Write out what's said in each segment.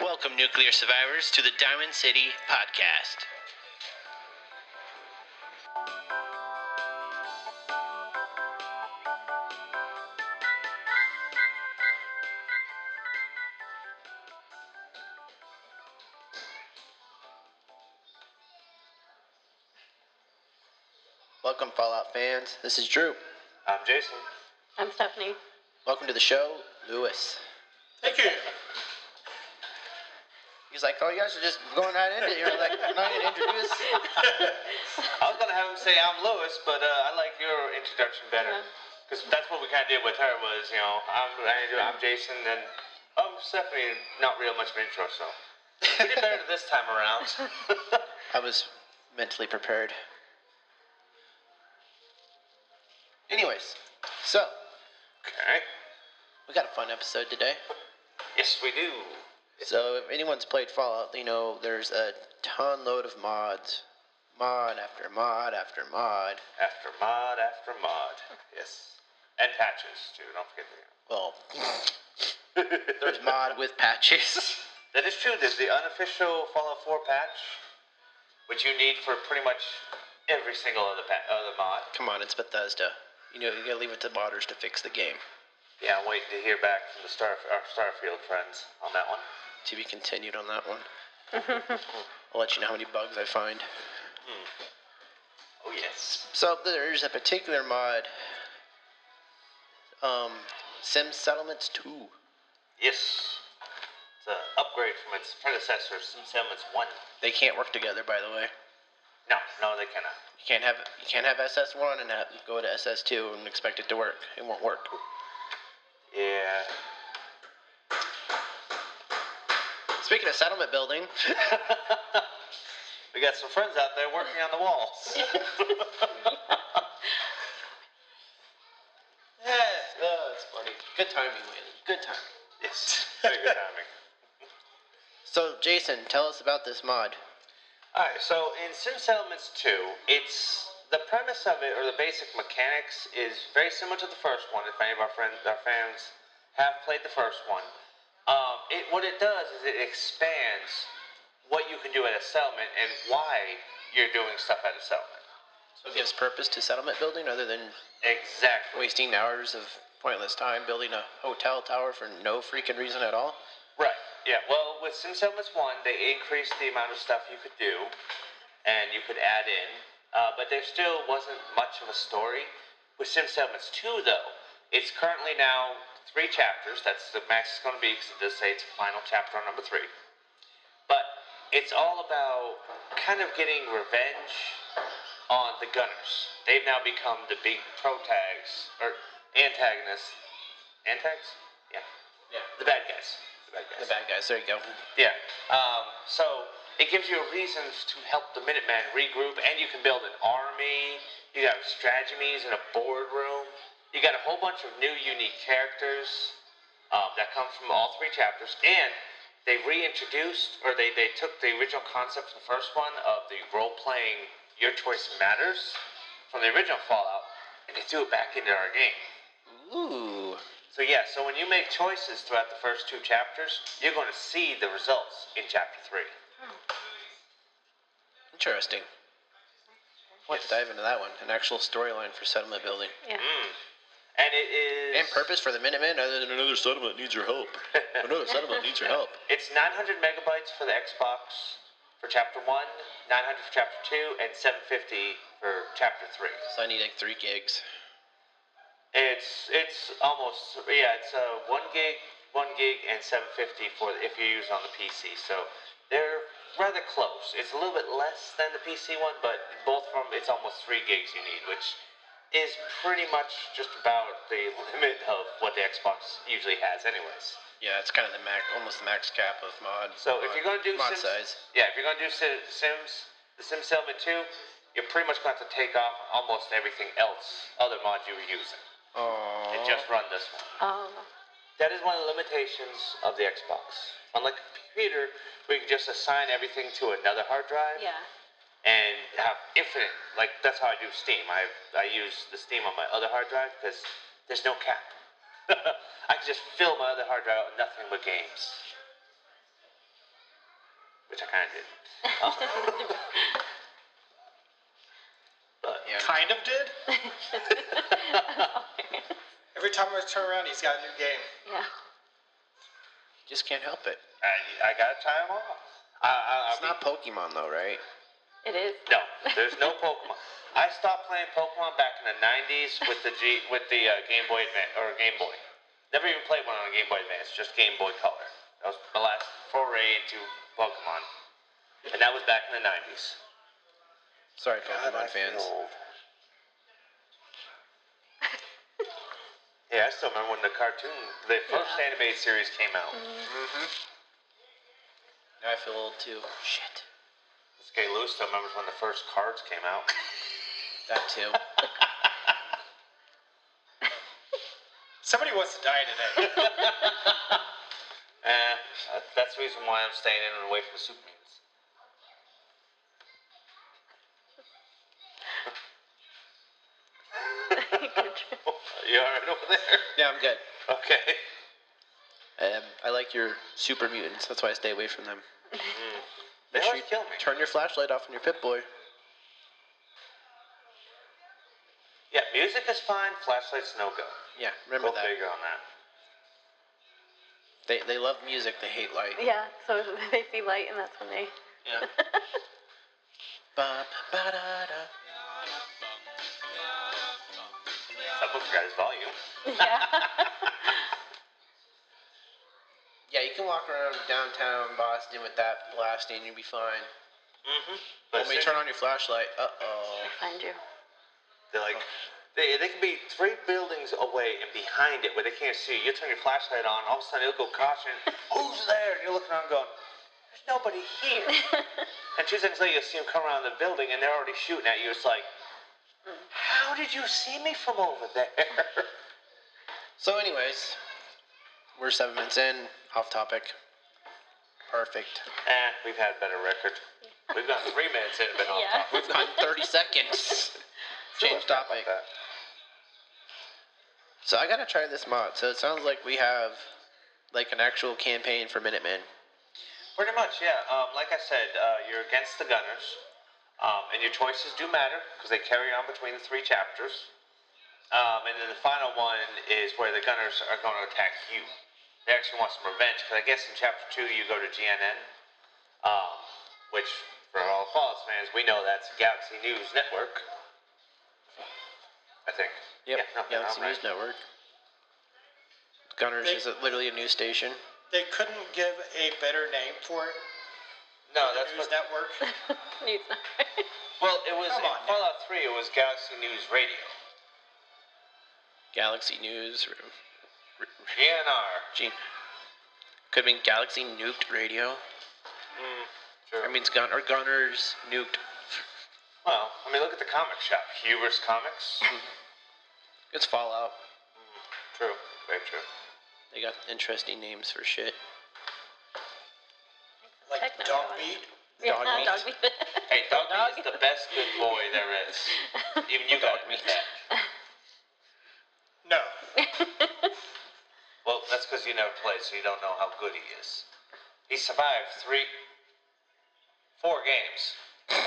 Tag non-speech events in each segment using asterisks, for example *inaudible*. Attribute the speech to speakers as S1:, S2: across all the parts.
S1: Welcome, nuclear survivors, to the Diamond City Podcast. Welcome, Fallout fans. This is Drew.
S2: I'm Jason.
S3: I'm Stephanie.
S1: Welcome to the show, Lewis.
S2: Thank you.
S1: He's like, oh, you guys are just going right into it. You're like, I'm not going to introduce.
S2: *laughs* I was gonna have him say I'm Lewis, but uh, I like your introduction better
S3: Yeah.
S2: because that's what we kind of did with her was you know I'm I'm Jason and um Stephanie not real much of an intro so we *laughs* did better this time around.
S1: I was mentally prepared. Anyways, so
S2: okay.
S1: we got a fun episode today.
S2: Yes, we do.
S1: So if anyone's played Fallout, you know there's a ton load of mods, mod after mod after mod.
S2: After mod after mod. Yes. And patches too. Don't forget that.
S1: Well, there's mod with patches.
S2: *laughs*
S1: *laughs*
S2: That is true. There's the unofficial Fallout 4 patch, which you need for pretty much every single other pa- other mod.
S1: Come on, it's Bethesda. You know you gotta leave it to modders to fix the game.
S2: Yeah, I'm waiting to hear back from the Star our Starfield friends on that one.
S1: To be continued on that one. I'll let you know how many bugs I find.
S2: Oh yes.
S1: So there's a particular mod, um, Sim Settlements Two.
S2: Yes. It's an upgrade from its predecessor, SimSimits One.
S1: They can't work together, by the way.
S2: No, no, they cannot.
S1: You can't have you can't have SS one and have, go to SS two and expect it to work. It won't work.
S2: Yeah. *laughs*
S1: Speaking of settlement building, *laughs* oh,
S2: We got some friends out there working on the walls. *laughs* yes. Oh, that's funny.
S1: good timing, Wayne. Good timing.
S2: Yes. Very good timing.
S1: So Jason, tell us about this mod.
S2: Alright, so in Sim Settlements 2, it's the premise of it or the basic mechanics is very similar to the first one. If any of our friends our fans have played the first one. Um, it what it does is it expands what you can do at a settlement and why you're doing stuff at a settlement.
S1: So it gives purpose to settlement building other than
S2: Exactly.
S1: wasting hours of pointless time building a hotel tower for no freaking reason at all.
S2: Right. Yeah. Well, with Sim Settlements One, they increased the amount of stuff you could do, and you could add in, uh, but there still wasn't much of a story. With Sim Settlements Two, though, it's currently now three chapters. That's the max it's going to be because it does say it's final chapter on number three. But it's all about kind of getting revenge on the Gunners. They've now become the big protags or antagonists. Antags? Yeah.
S1: Yeah.
S2: The bad guys. The bad guys.
S1: The bad guys. There you go.
S2: Yeah. Um, so it gives you reasons to help the Minutemen regroup, and you can build an army. You got strategies in a boardroom. You got a whole bunch of new unique characters um, that come from all three chapters, and they reintroduced or they, they took the original concept from the first one of the role playing Your Choice Matters from the original Fallout, and they threw it back into our game.
S1: Ooh.
S2: So yeah, so when you make choices throughout the first two chapters, you're going to see the results in chapter three.
S1: Interesting. We'll have to dive into that one. An actual storyline for settlement building.
S3: Yeah.
S2: And it is
S1: And purpose for the Minutemen other than another settlement needs your
S2: *laughs*
S1: help. Another settlement needs your help.
S2: It's 900 megabytes for the Xbox for chapter one, 900 for chapter two, and 750 for chapter three.
S1: So I need like three gigs.
S2: It's it's almost yeah, it's uh, one gig, one gig, and 750 for if you use on the PC. So they're rather close. It's a little bit less than the PC one, but both from it's almost three gigs you need, which is pretty much just about the limit of what the Xbox usually has, anyways.
S1: Yeah, it's kind of the max, almost the max cap of mod.
S2: So
S1: mod-
S2: if you're gonna do
S1: mod
S2: Sims,
S1: size,
S2: yeah, if you're gonna do Si- Sims, the Sims Element 2, you're pretty much gonna have to take off almost everything else, other mods you were using,
S1: Aww.
S2: and just run this one.
S3: Oh.
S4: Um,
S2: That is one of the limitations of the Xbox. Unlike a computer, we can just assign everything to another hard drive
S3: Yeah. *laughs*
S2: and have infinite. Like that's how I do Steam. I I use the Steam on my other hard drive because there's no cap. *laughs* I can just fill my other hard drive with nothing but games. which I kind of did. *laughs* but
S1: Yeah.
S3: Kind of did. Every time I turn around, he's got a new game.
S4: *laughs* yeah.
S1: Just can't help it.
S2: I, I got time off. I, I, I
S1: It's
S2: mean,
S1: not Pokemon though, right?
S4: It is.
S2: no, there's no Pokemon. I stopped playing Pokemon back in the '90s with the G, with the uh, Game Boy Advance or Game Boy. Never even played one on a Game Boy Advance, just Game Boy Color. That was my last foray into Pokemon, and that was back in the '90s.
S1: Sorry,
S2: God, I
S1: Pokemon
S2: feel
S1: fans.
S2: old. yeah, I still remember when the cartoon, the first
S4: Yeah.
S2: animated series came out.
S1: Mm-hmm. Now I feel old too. Shit.
S2: This guy Lou still remembers when the first cards came out. *laughs*
S1: That too.
S3: Somebody wants to die
S2: *laughs*
S3: today.
S2: Eh, that- that's the reason why I'm staying in and away from the Supermans. *laughs* you alright over there? *laughs*
S1: yeah, I'm good.
S2: Okay.
S1: Um, I like your super mutants. That's why I stay away from them.
S2: They
S1: Make sure
S2: always
S1: you
S2: kill me.
S1: Turn your flashlight off on your Pip Boy.
S2: Yeah, music is fine, flashlights no go.
S1: Yeah, remember
S2: Go
S1: that.
S2: bigger on that.
S1: They, they love music. They hate light.
S4: *laughs* Yeah, so *laughs* they see light and that's when
S2: *laughs*
S4: they. *laughs*
S1: Yeah. Ba, ba, da, da.
S2: Someone forgot his volume.
S4: yeah.
S1: Yeah, you can walk around downtown Boston with that blasting. You'll be fine.
S2: Mm-hmm.
S1: Let me turn on your flashlight. Uh oh.
S4: They find you. *laughs*
S2: They're like, they, they can be three buildings away and behind it where they can't see you. You turn your flashlight on, all of a sudden it'll go caution. Who's there? And you're looking around going, there's nobody
S4: *laughs*
S2: here. and two seconds later, you'll see them come around the building and they're already shooting at you. It's like, how did you see me from over there? *laughs* Eh,
S1: So, anyways, we're seven minutes in, off topic. Perfect.
S2: eh, we've had a better record. We've got three minutes in, but
S4: Yeah.
S1: *laughs*
S2: yeah.
S1: We've gone 30 seconds. Change topic. So, I gotta try this mod. So, it sounds like we have like an actual campaign for Minutemen.
S2: Pretty much, yeah. Um, like I said, uh, you're against the Gunners, um, and your choices do matter because they carry on between the three chapters. Um, and then the final one is where the Gunners are going to attack you. They actually want some revenge because I guess in chapter two you go to GNN, um, which for all Fallout fans we know that's Galaxy News Network. I think.
S1: Yep.
S2: Yeah, no,
S1: Galaxy
S2: I'm right.
S1: News Network. Gunners
S3: They-
S1: is literally a news station.
S3: They couldn't give a better name for it.
S2: No, Oh, that's what
S3: News network.
S4: Needs
S2: *laughs*
S4: not.
S2: Well, it was
S3: Come
S2: in
S3: on now.
S2: Fallout Three. It was Galaxy News Radio.
S1: Galaxy News. r-
S2: GNR.
S1: Gee. Could mean Galaxy Nuked Radio.
S2: Mm, true.
S1: I mean, it's gun or Gunners Nuked.
S2: well, I mean, look at the comic shop, Hubris Comics.
S1: It's Fallout.
S2: *laughs* true, very true.
S1: They got interesting names for shit.
S3: Like
S4: Techno
S3: dog
S4: robot.
S3: meat.
S4: Yeah,
S1: Dog meat.
S4: dog meat. *laughs*
S2: Hey, Dog Meat is the best good boy there is. Even you
S4: *laughs*
S2: got me that.
S3: No.
S2: *laughs* Well, that's because you never played, so you don't know how good he is. He survived three, four games.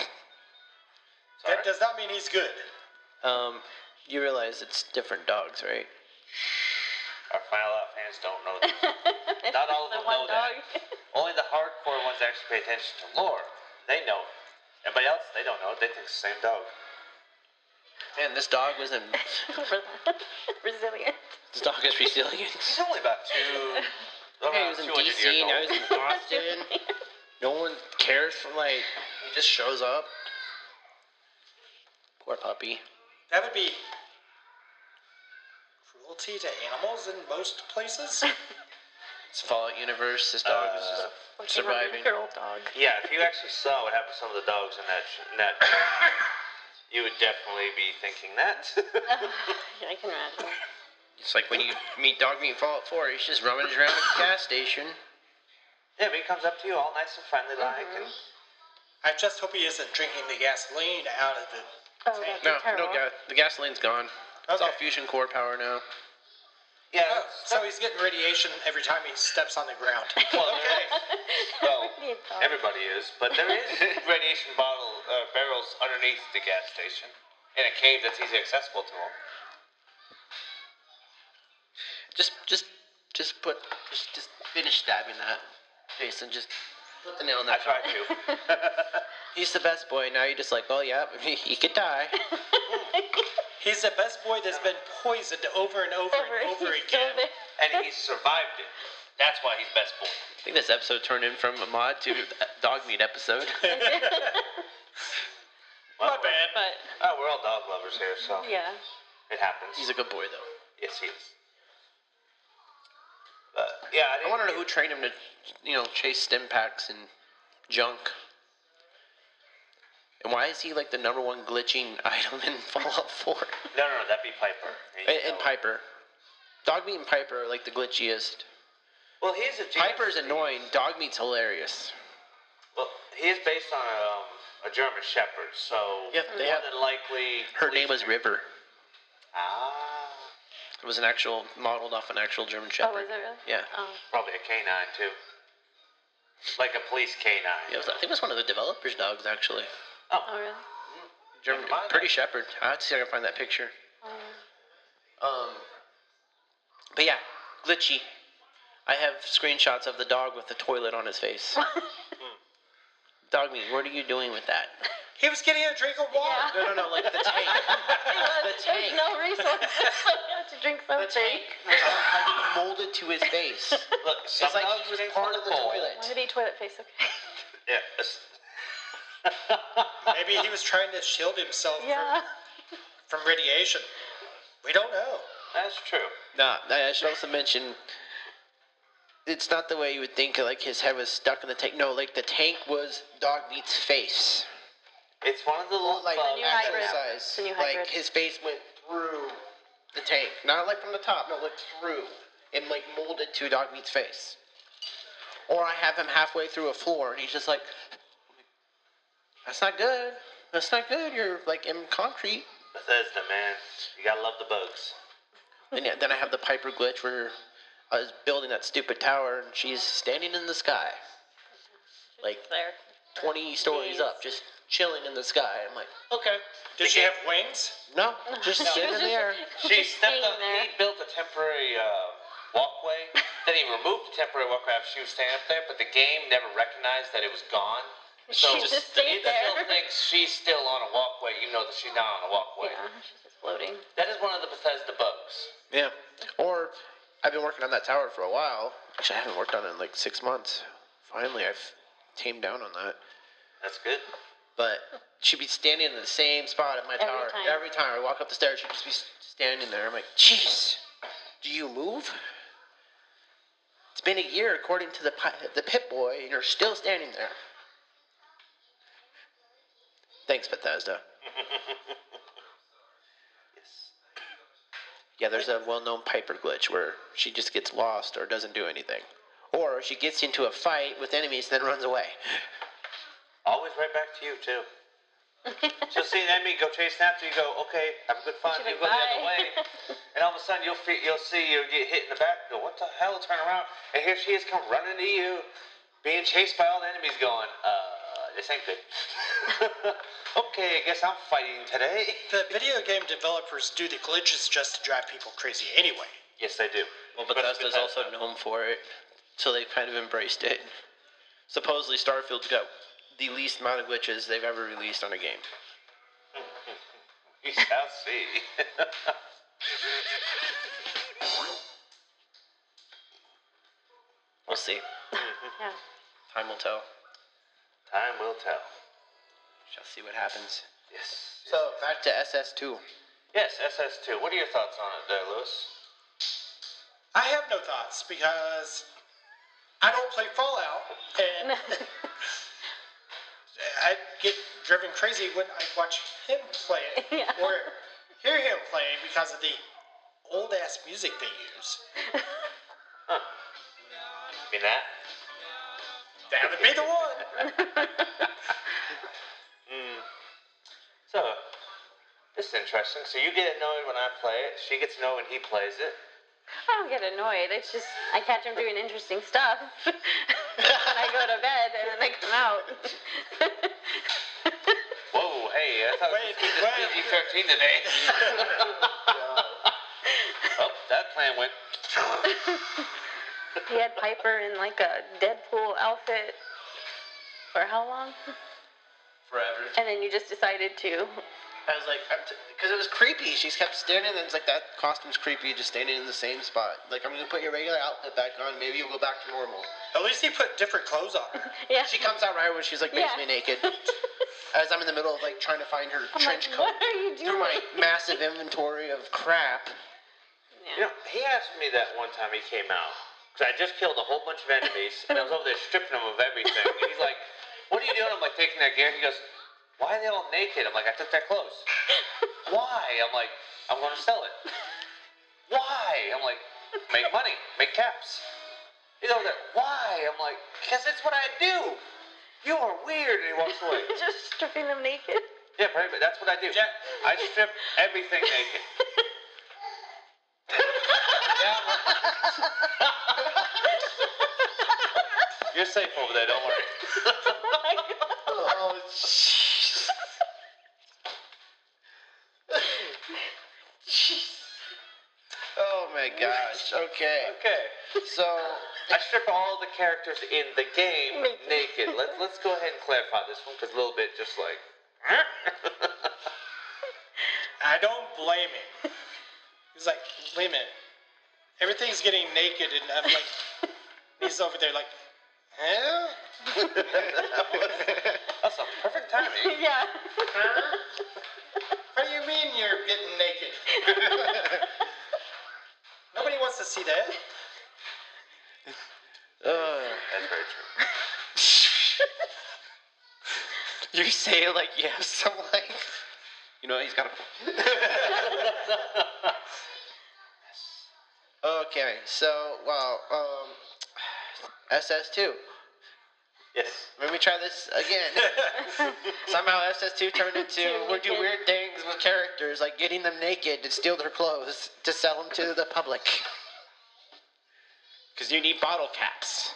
S2: Sorry.
S3: That does not mean he's good.
S1: Um, you realize it's different dogs, right?
S2: Our Fallout fans don't know this.
S1: *laughs*
S2: Not all of
S4: the
S2: them
S4: one
S2: know that.
S4: dog.
S2: Only the hardcore ones actually pay attention to lore. They know. Everybody else, they don't know. They think it's the same dog.
S1: Man, this dog was in.
S4: *laughs* Resilient.
S1: *laughs* This dog is resilient.
S2: He's only about two.
S1: *laughs* Okay, he
S2: around
S1: was in
S2: 200
S1: DC,
S2: years
S1: now
S2: old.
S1: he's in
S4: *laughs*
S1: Boston. No one cares for like. He just shows up. Poor puppy.
S3: That would be cruelty to animals in most places. *laughs*
S1: It's Fallout universe. This dog is
S2: Uh,
S1: just surviving.
S4: Girl dog. *laughs*
S2: Yeah, if you actually saw what happened to some of the dogs in that, sh- in that, you would definitely be thinking that. *laughs*
S4: Yeah, I can imagine.
S1: It's like when you meet Dog Meat in Fallout 4. He's just rummaging around at the gas station.
S2: yeah, but he comes up to you all nice and friendly, like, and
S3: I just hope he isn't drinking the gasoline out of it.
S4: Oh, that'd be
S1: No, no
S4: *laughs* terrible.
S1: gas. The gasoline's gone. It's all
S3: Okay.
S1: fusion core power now.
S2: Yeah.
S3: Oh,
S2: that's-
S3: so he's getting radiation every time he steps on the *laughs* ground.
S2: well, there is. Well,
S4: *laughs* We need thought.
S2: everybody is, but there is radiation bottle uh, barrels underneath the gas station in a cave that's easily accessible to them.
S1: Just, just, just put, just, just finish stabbing that, Jason. Just put the nail in
S2: I
S1: that.
S2: tried to.
S1: He's the best boy. Now you're just like, oh yeah, *laughs* he, he could die.
S3: He's the best boy that's been poisoned over and over,
S4: Over,
S3: and over
S4: he's still
S3: again.
S4: there.
S2: *laughs*
S4: *laughs*
S2: and he survived it. That's why he's best boy.
S1: I think this episode turned in from a mod to a dog meat episode.
S3: My bad.
S4: But
S2: Oh, we're all dog lovers here, so
S4: yeah,
S2: it happens.
S1: He's a good boy though.
S2: yes, he is. But yeah, I,
S1: I
S2: didn't
S1: want to know who trained him to, you know, chase stim packs and junk. And why is he like the number one glitching *laughs* item in Fallout 4?
S2: No, no, no, that'd be Piper. uh,
S1: And, and Piper. Dogmeat and Piper are like the glitchiest.
S2: Well, he's a genius.
S1: Piper's annoying. Dogmeat's hilarious.
S2: Well, he is based on a, um, a German Shepherd, so
S1: Yep, they
S2: more
S1: have-
S2: than likely
S1: Her name was River.
S2: ah
S1: It was an actual modeled off an actual German
S4: oh,
S1: Shepherd.
S4: was it really?
S1: Yeah.
S4: Oh,
S2: probably a canine too, like a police canine.
S1: Yeah, it was, I think it was one of the developers' dogs actually.
S4: oh really?
S1: German,
S2: Never mind
S1: pretty
S2: that.
S1: Shepherd. I have to see if I can find that picture.
S4: Oh.
S1: Um, but yeah, glitchy. I have screenshots of the dog with the toilet on his face. dog meat, what are you doing with *laughs* that?
S3: He was getting a drink of
S4: *laughs*
S3: water.
S1: No, no, no, like the tank.
S4: There
S1: The
S4: was
S1: tank.
S4: no resources. *laughs* I had to drink
S1: The
S4: something.
S1: tank was like, molded to his face.
S2: Look, some
S1: It's like
S2: dogs
S1: he was
S2: drink
S1: part
S2: from
S1: of the
S2: bowl.
S4: *laughs* Why
S1: toilet.
S4: did he toilet face? Okay. *laughs*
S2: Yeah. it's- *laughs*
S3: Maybe he was trying to shield himself
S4: yeah.
S3: from, from radiation. We don't know.
S2: That's true.
S1: Nah, I I should also mention. It's not the way you would think. Like his head was stuck in the tank. No, like the tank was dog meat's face.
S2: It's one of the little
S1: like
S2: bugs
S4: new
S2: that-
S4: hybrid.
S1: size.
S4: The new
S1: like
S4: hybrid.
S1: his face went through the tank, not like from the top. No, like through and like molded to dog meat's face. Or I have him halfway through a floor and he's just like, "That's not good. That's not good. You're like in concrete."
S2: Bethesda, man. You gotta love the bugs.
S1: And yeah, then I have the Piper glitch where I was building that stupid tower and she's standing in the sky, like
S4: There.
S1: twenty stories up, just chilling in the sky. I'm like,
S3: Okay. Did she have wings?
S1: no, just
S4: She
S1: sitting
S4: was
S1: in the air.
S4: *laughs* just-
S2: She
S4: just
S2: stepped
S4: hanging
S2: up.
S4: there.
S2: He built a temporary uh, walkway. then he removed the temporary walkway after she was standing up there, but the game never recognized that it was
S4: *laughs*
S2: gone. So
S4: She just stayed
S2: it still
S4: there.
S2: thinks she's still on a walkway, even though that she's not on a walkway.
S4: Yeah, she's just floating.
S2: That is one of the Bethesda bugs.
S1: Yeah. Or I've been working on that tower for a while. Actually, I haven't worked on it in like six months. Finally, I've tamed down on that.
S2: That's good.
S1: But she'd be standing in the same spot at my
S4: Every
S1: tower
S4: time.
S1: every time I walk up the stairs. She'd just be s- standing there. I'm like, jeez, do you move? It's been a year, according to the pi- the Pip Boy, and you're still standing there. Thanks, Bethesda.
S2: Yes.
S1: Yeah, there's a well-known Piper glitch where she just gets lost or doesn't do anything, or she gets into a fight with enemies then runs away.
S2: Always right back to you too. She'll see an enemy, go chasing after you. Go, okay, have a good fun.
S4: She's
S2: You go
S4: like,
S2: the other
S4: "Bye."
S2: way, and all of a sudden you'll fe you'll see you get hit in the back. Go, what the hell? Turn around, and here she is, come running to you, being chased by all the enemies. Going, uh, this ain't good. *laughs* okay, I guess I'm fighting today.
S3: The video game developers do the glitches just to drive people crazy anyway.
S2: Yes, they do.
S1: Well,
S2: But it's
S1: Bethesda's
S2: Bethesda.
S1: also
S2: *laughs*
S1: known for it, so they've kind of embraced it. Supposedly, Starfield's got the least amount of glitches they've ever released on a game.
S2: You shall see. *laughs*
S1: We'll see.
S4: Yeah.
S1: Time will tell.
S2: Time will tell.
S1: Shall see what happens.
S2: Yes.
S1: So back to SS2.
S2: yes, SS2. What are your thoughts on it, there, Lewis?
S3: I have no thoughts because I don't play Fallout
S4: *laughs*
S3: and I get driven crazy when I watch him play it
S4: Yeah.
S3: or hear him play it because of the old ass music they use.
S2: Huh. You mean that?
S3: That would be the one.
S4: *laughs*
S2: Mm. So, this is interesting. So you get annoyed when I play it. She gets annoyed when he plays it.
S4: I *laughs* I don't get annoyed. It's just I catch them doing interesting stuff, *laughs* and I go to bed, and then they come out. *laughs*
S2: Whoa, hey, I thought
S3: Wait,
S2: it was
S3: wait.
S2: PG 13
S3: *laughs*
S2: today. oh, that plan went.
S4: he had Piper in like a Deadpool outfit for how long?
S2: Forever.
S4: And then you just decided to.
S1: I was like, because it was creepy. She kept standing, and it's like that costume's creepy, just standing in the same spot. Like I'm gonna put your regular outfit back on. Maybe you'll go back to normal.
S3: At least he put different clothes on. her.
S4: Yeah.
S1: She comes out right when she's like
S4: Yeah.
S1: basically
S4: *laughs*
S1: naked. As I'm in the middle of like trying to find her
S4: I'm
S1: trench
S4: like,
S1: coat
S4: What are you doing?
S1: through my *laughs* massive inventory of crap.
S2: You know, he asked me that one time he came out. Because I just killed a whole bunch of enemies, and I was over there stripping them of everything. And he's like, What are you doing? I'm like, taking that gear. He goes, Why are they all naked? I'm like, I took their clothes. Why? I'm like, I'm going to sell it. Why? I'm like, Make money, make caps. He's over there, Why? I'm like, Because it's what I do. You are weird. And he walks away.
S4: *laughs* just stripping them naked.
S2: Yeah, pretty much. That's what I do.
S3: Yeah.
S2: I strip everything
S4: *laughs*
S2: naked. *laughs* You're safe over there. Don't worry. *laughs*
S4: Oh my God.
S1: Oh jeez. Jeez. *laughs* Oh my gosh. Okay.
S2: Okay.
S1: So *laughs*
S2: I strip all the characters in the game naked. Let's let's go ahead and clarify this one because a little bit just like. *laughs*
S3: I don't blame him. He's like, wait a minute. Everything's getting naked, and I'm like, he's over there like, huh?
S2: That's a perfect timing.
S4: yeah.
S3: What do you mean you're getting naked?
S1: *laughs*
S4: *laughs*
S3: Nobody wants to see that.
S1: uh,
S2: That's very true. *laughs*
S1: you're saying like you have *laughs* some like you know he's got a *laughs* Okay, so well, um SS two.
S2: Yes.
S1: Let me try this again.
S2: *laughs*
S1: Somehow SS2 turned into
S4: Too
S1: we do
S4: naked.
S1: weird things with characters, like getting them naked to steal their clothes to sell them to the public. Because you need bottle caps.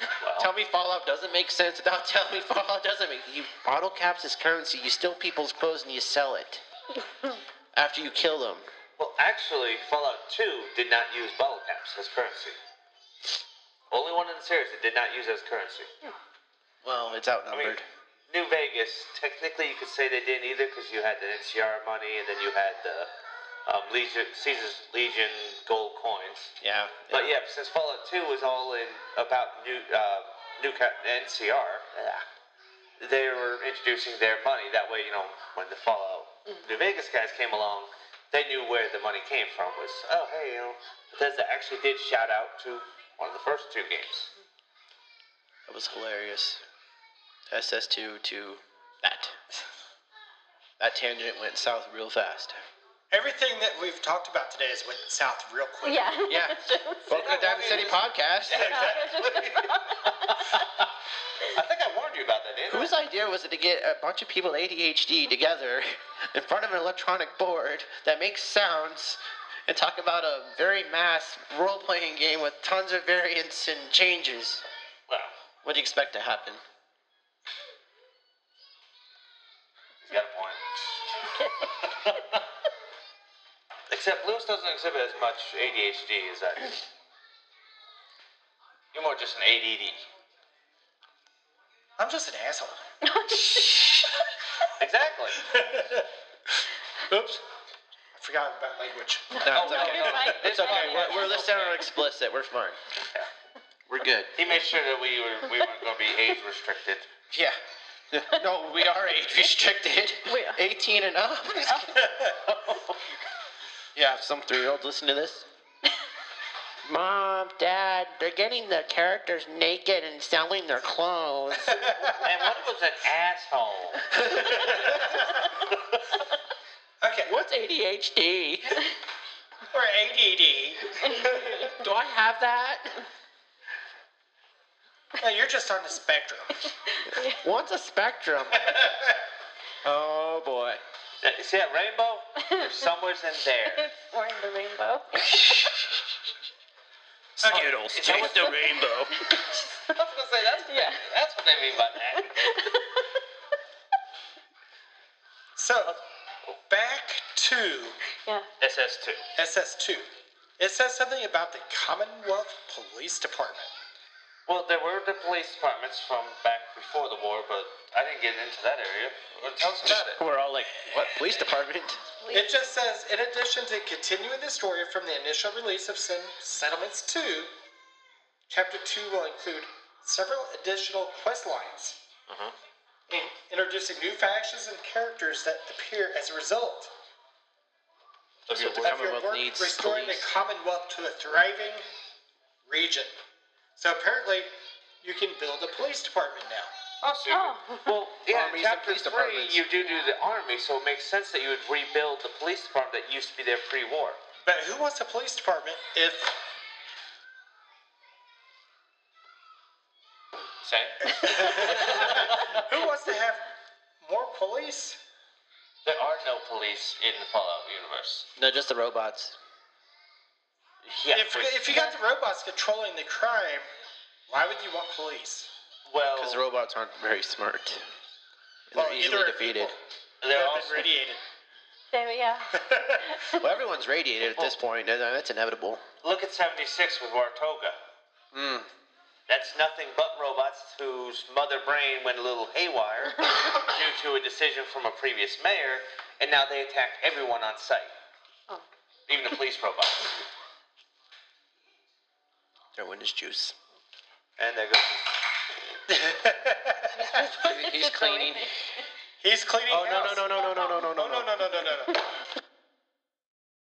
S2: Well,
S1: Tell me Fallout doesn't make sense without *laughs* telling me Fallout doesn't make you bottle caps is currency. You steal people's clothes and you sell
S2: *laughs*
S1: it after you kill them.
S2: well, actually, Fallout 2 did not use bottle caps as currency. Only one in the series that did not use as currency.
S1: Well, it's
S2: I mean,
S1: outnumbered.
S2: New Vegas, technically you could say they didn't either because you had the NCR money and then you had the um, Legion, Caesar's Legion gold coins.
S1: yeah.
S2: But yeah, since Fallout 2 was all in about new uh, new ca- NCR, yeah, they were introducing their money. That way, you know, when the Fallout New Vegas guys came along, they knew where the money came from. Was oh hey, you know, Bethesda actually did shout out to one of the first two games.
S1: That was hilarious. SS2 to that. That tangent went south real fast.
S3: Everything that we've talked about today has went south real quick. *laughs*
S4: Yeah. *laughs*
S1: Yeah. *laughs* Welcome to Diamond City Podcast.
S2: *laughs* I think I warned you about that, didn't I?
S1: Whose idea was it to get a bunch of people ADHD together in front of an electronic board that makes sounds and talk about a very mass role playing game with tons of variants and changes?
S2: Well,
S1: What do you expect to happen?
S2: he's got a point. *laughs* Except Lewis doesn't exhibit as much ADHD as I do. You're more just an ADD.
S3: I'm just an asshole.
S2: Exactly.
S3: Oops. I forgot about language. *laughs*
S1: No, it's
S2: no,
S1: okay.
S2: you're
S4: right.
S1: It's Oh, okay. We're, we're listed on explicit. We're fine. We're good.
S2: He made sure that we were we weren't going to be age restricted.
S1: Yeah. *laughs* No, we are *laughs* age restricted.
S4: We are.
S1: 18 and up. *laughs* yeah, if some three year olds listen to *laughs* this. Mom, Dad, they're getting the characters naked and selling their *laughs* clothes.
S2: And one was an asshole.
S3: Okay,
S1: What's ADHD? *laughs*
S3: we're ADD.
S1: Do I have that?
S3: No, you're just on the spectrum.
S1: What's a *laughs* spectrum? Oh boy.
S2: Uh,
S4: *laughs*
S1: *laughs*
S2: You see that rainbow? There's somewhere's in there.
S3: *laughs*
S4: It's more in the rainbow.
S1: Oh,
S5: Skittles,
S2: Is that
S5: chase
S2: what
S5: the
S2: the-
S5: rainbow.
S1: *laughs*
S2: I was gonna say that's
S4: Yeah.
S2: that's what they mean by that.
S3: So, back to
S4: *laughs* yeah.
S2: SS two.
S3: SS2. It says something about the Commonwealth Police Department.
S2: Well, there were the police departments from back before the war, but I didn't get into that area. Well, tell us about it.
S5: We're all like,
S1: What police department?
S3: It just says, in addition to continuing the story from the initial release of Sen- Settlements 2, Chapter 2 will include several additional quest lines, in- introducing new factions and characters that appear as a result
S2: Look at
S1: the
S2: what-
S3: of your
S1: Commonwealth
S3: work
S1: needs
S3: restoring the
S1: police.
S3: Commonwealth to a thriving region. So apparently, you can build a police department now.
S2: Oh, so you-
S4: Oh.
S2: well, yeah,
S1: Armies
S2: in
S1: and
S2: chapter
S1: police
S2: three,
S1: departments.
S2: you do do the army, so it makes sense that you would rebuild the police department that used to be there pre-war.
S3: But who wants a police department if
S2: *laughs* Say,
S3: who wants to have more police?
S2: there are no police in the Fallout universe.
S1: No, just the robots.
S2: Yeah.
S3: if,
S2: we-
S3: if you got the robots controlling the crime, why would you want police?
S2: well,
S1: Because robots aren't very smart. And they're easily
S3: either are
S1: defeated. *laughs*
S3: people.
S2: they're
S3: They've
S2: all
S3: been radiated. *laughs*
S4: There, yeah.
S1: Well, everyone's radiated at this point. and That's inevitable.
S2: Look at 76 with Wartoga.
S1: Mm.
S2: That's nothing but robots whose mother brain went a little haywire due to a decision from a previous mayor, and now they attack everyone on site,
S4: Oh.
S2: even the police robots.
S1: Their wind is juice.
S2: And there goes.
S1: He's cleaning.
S3: He's cleaning
S1: Oh no
S4: *laughs*
S3: house.
S1: Oh, no no no no no no no
S3: Oh, no, no, no, no, no, no.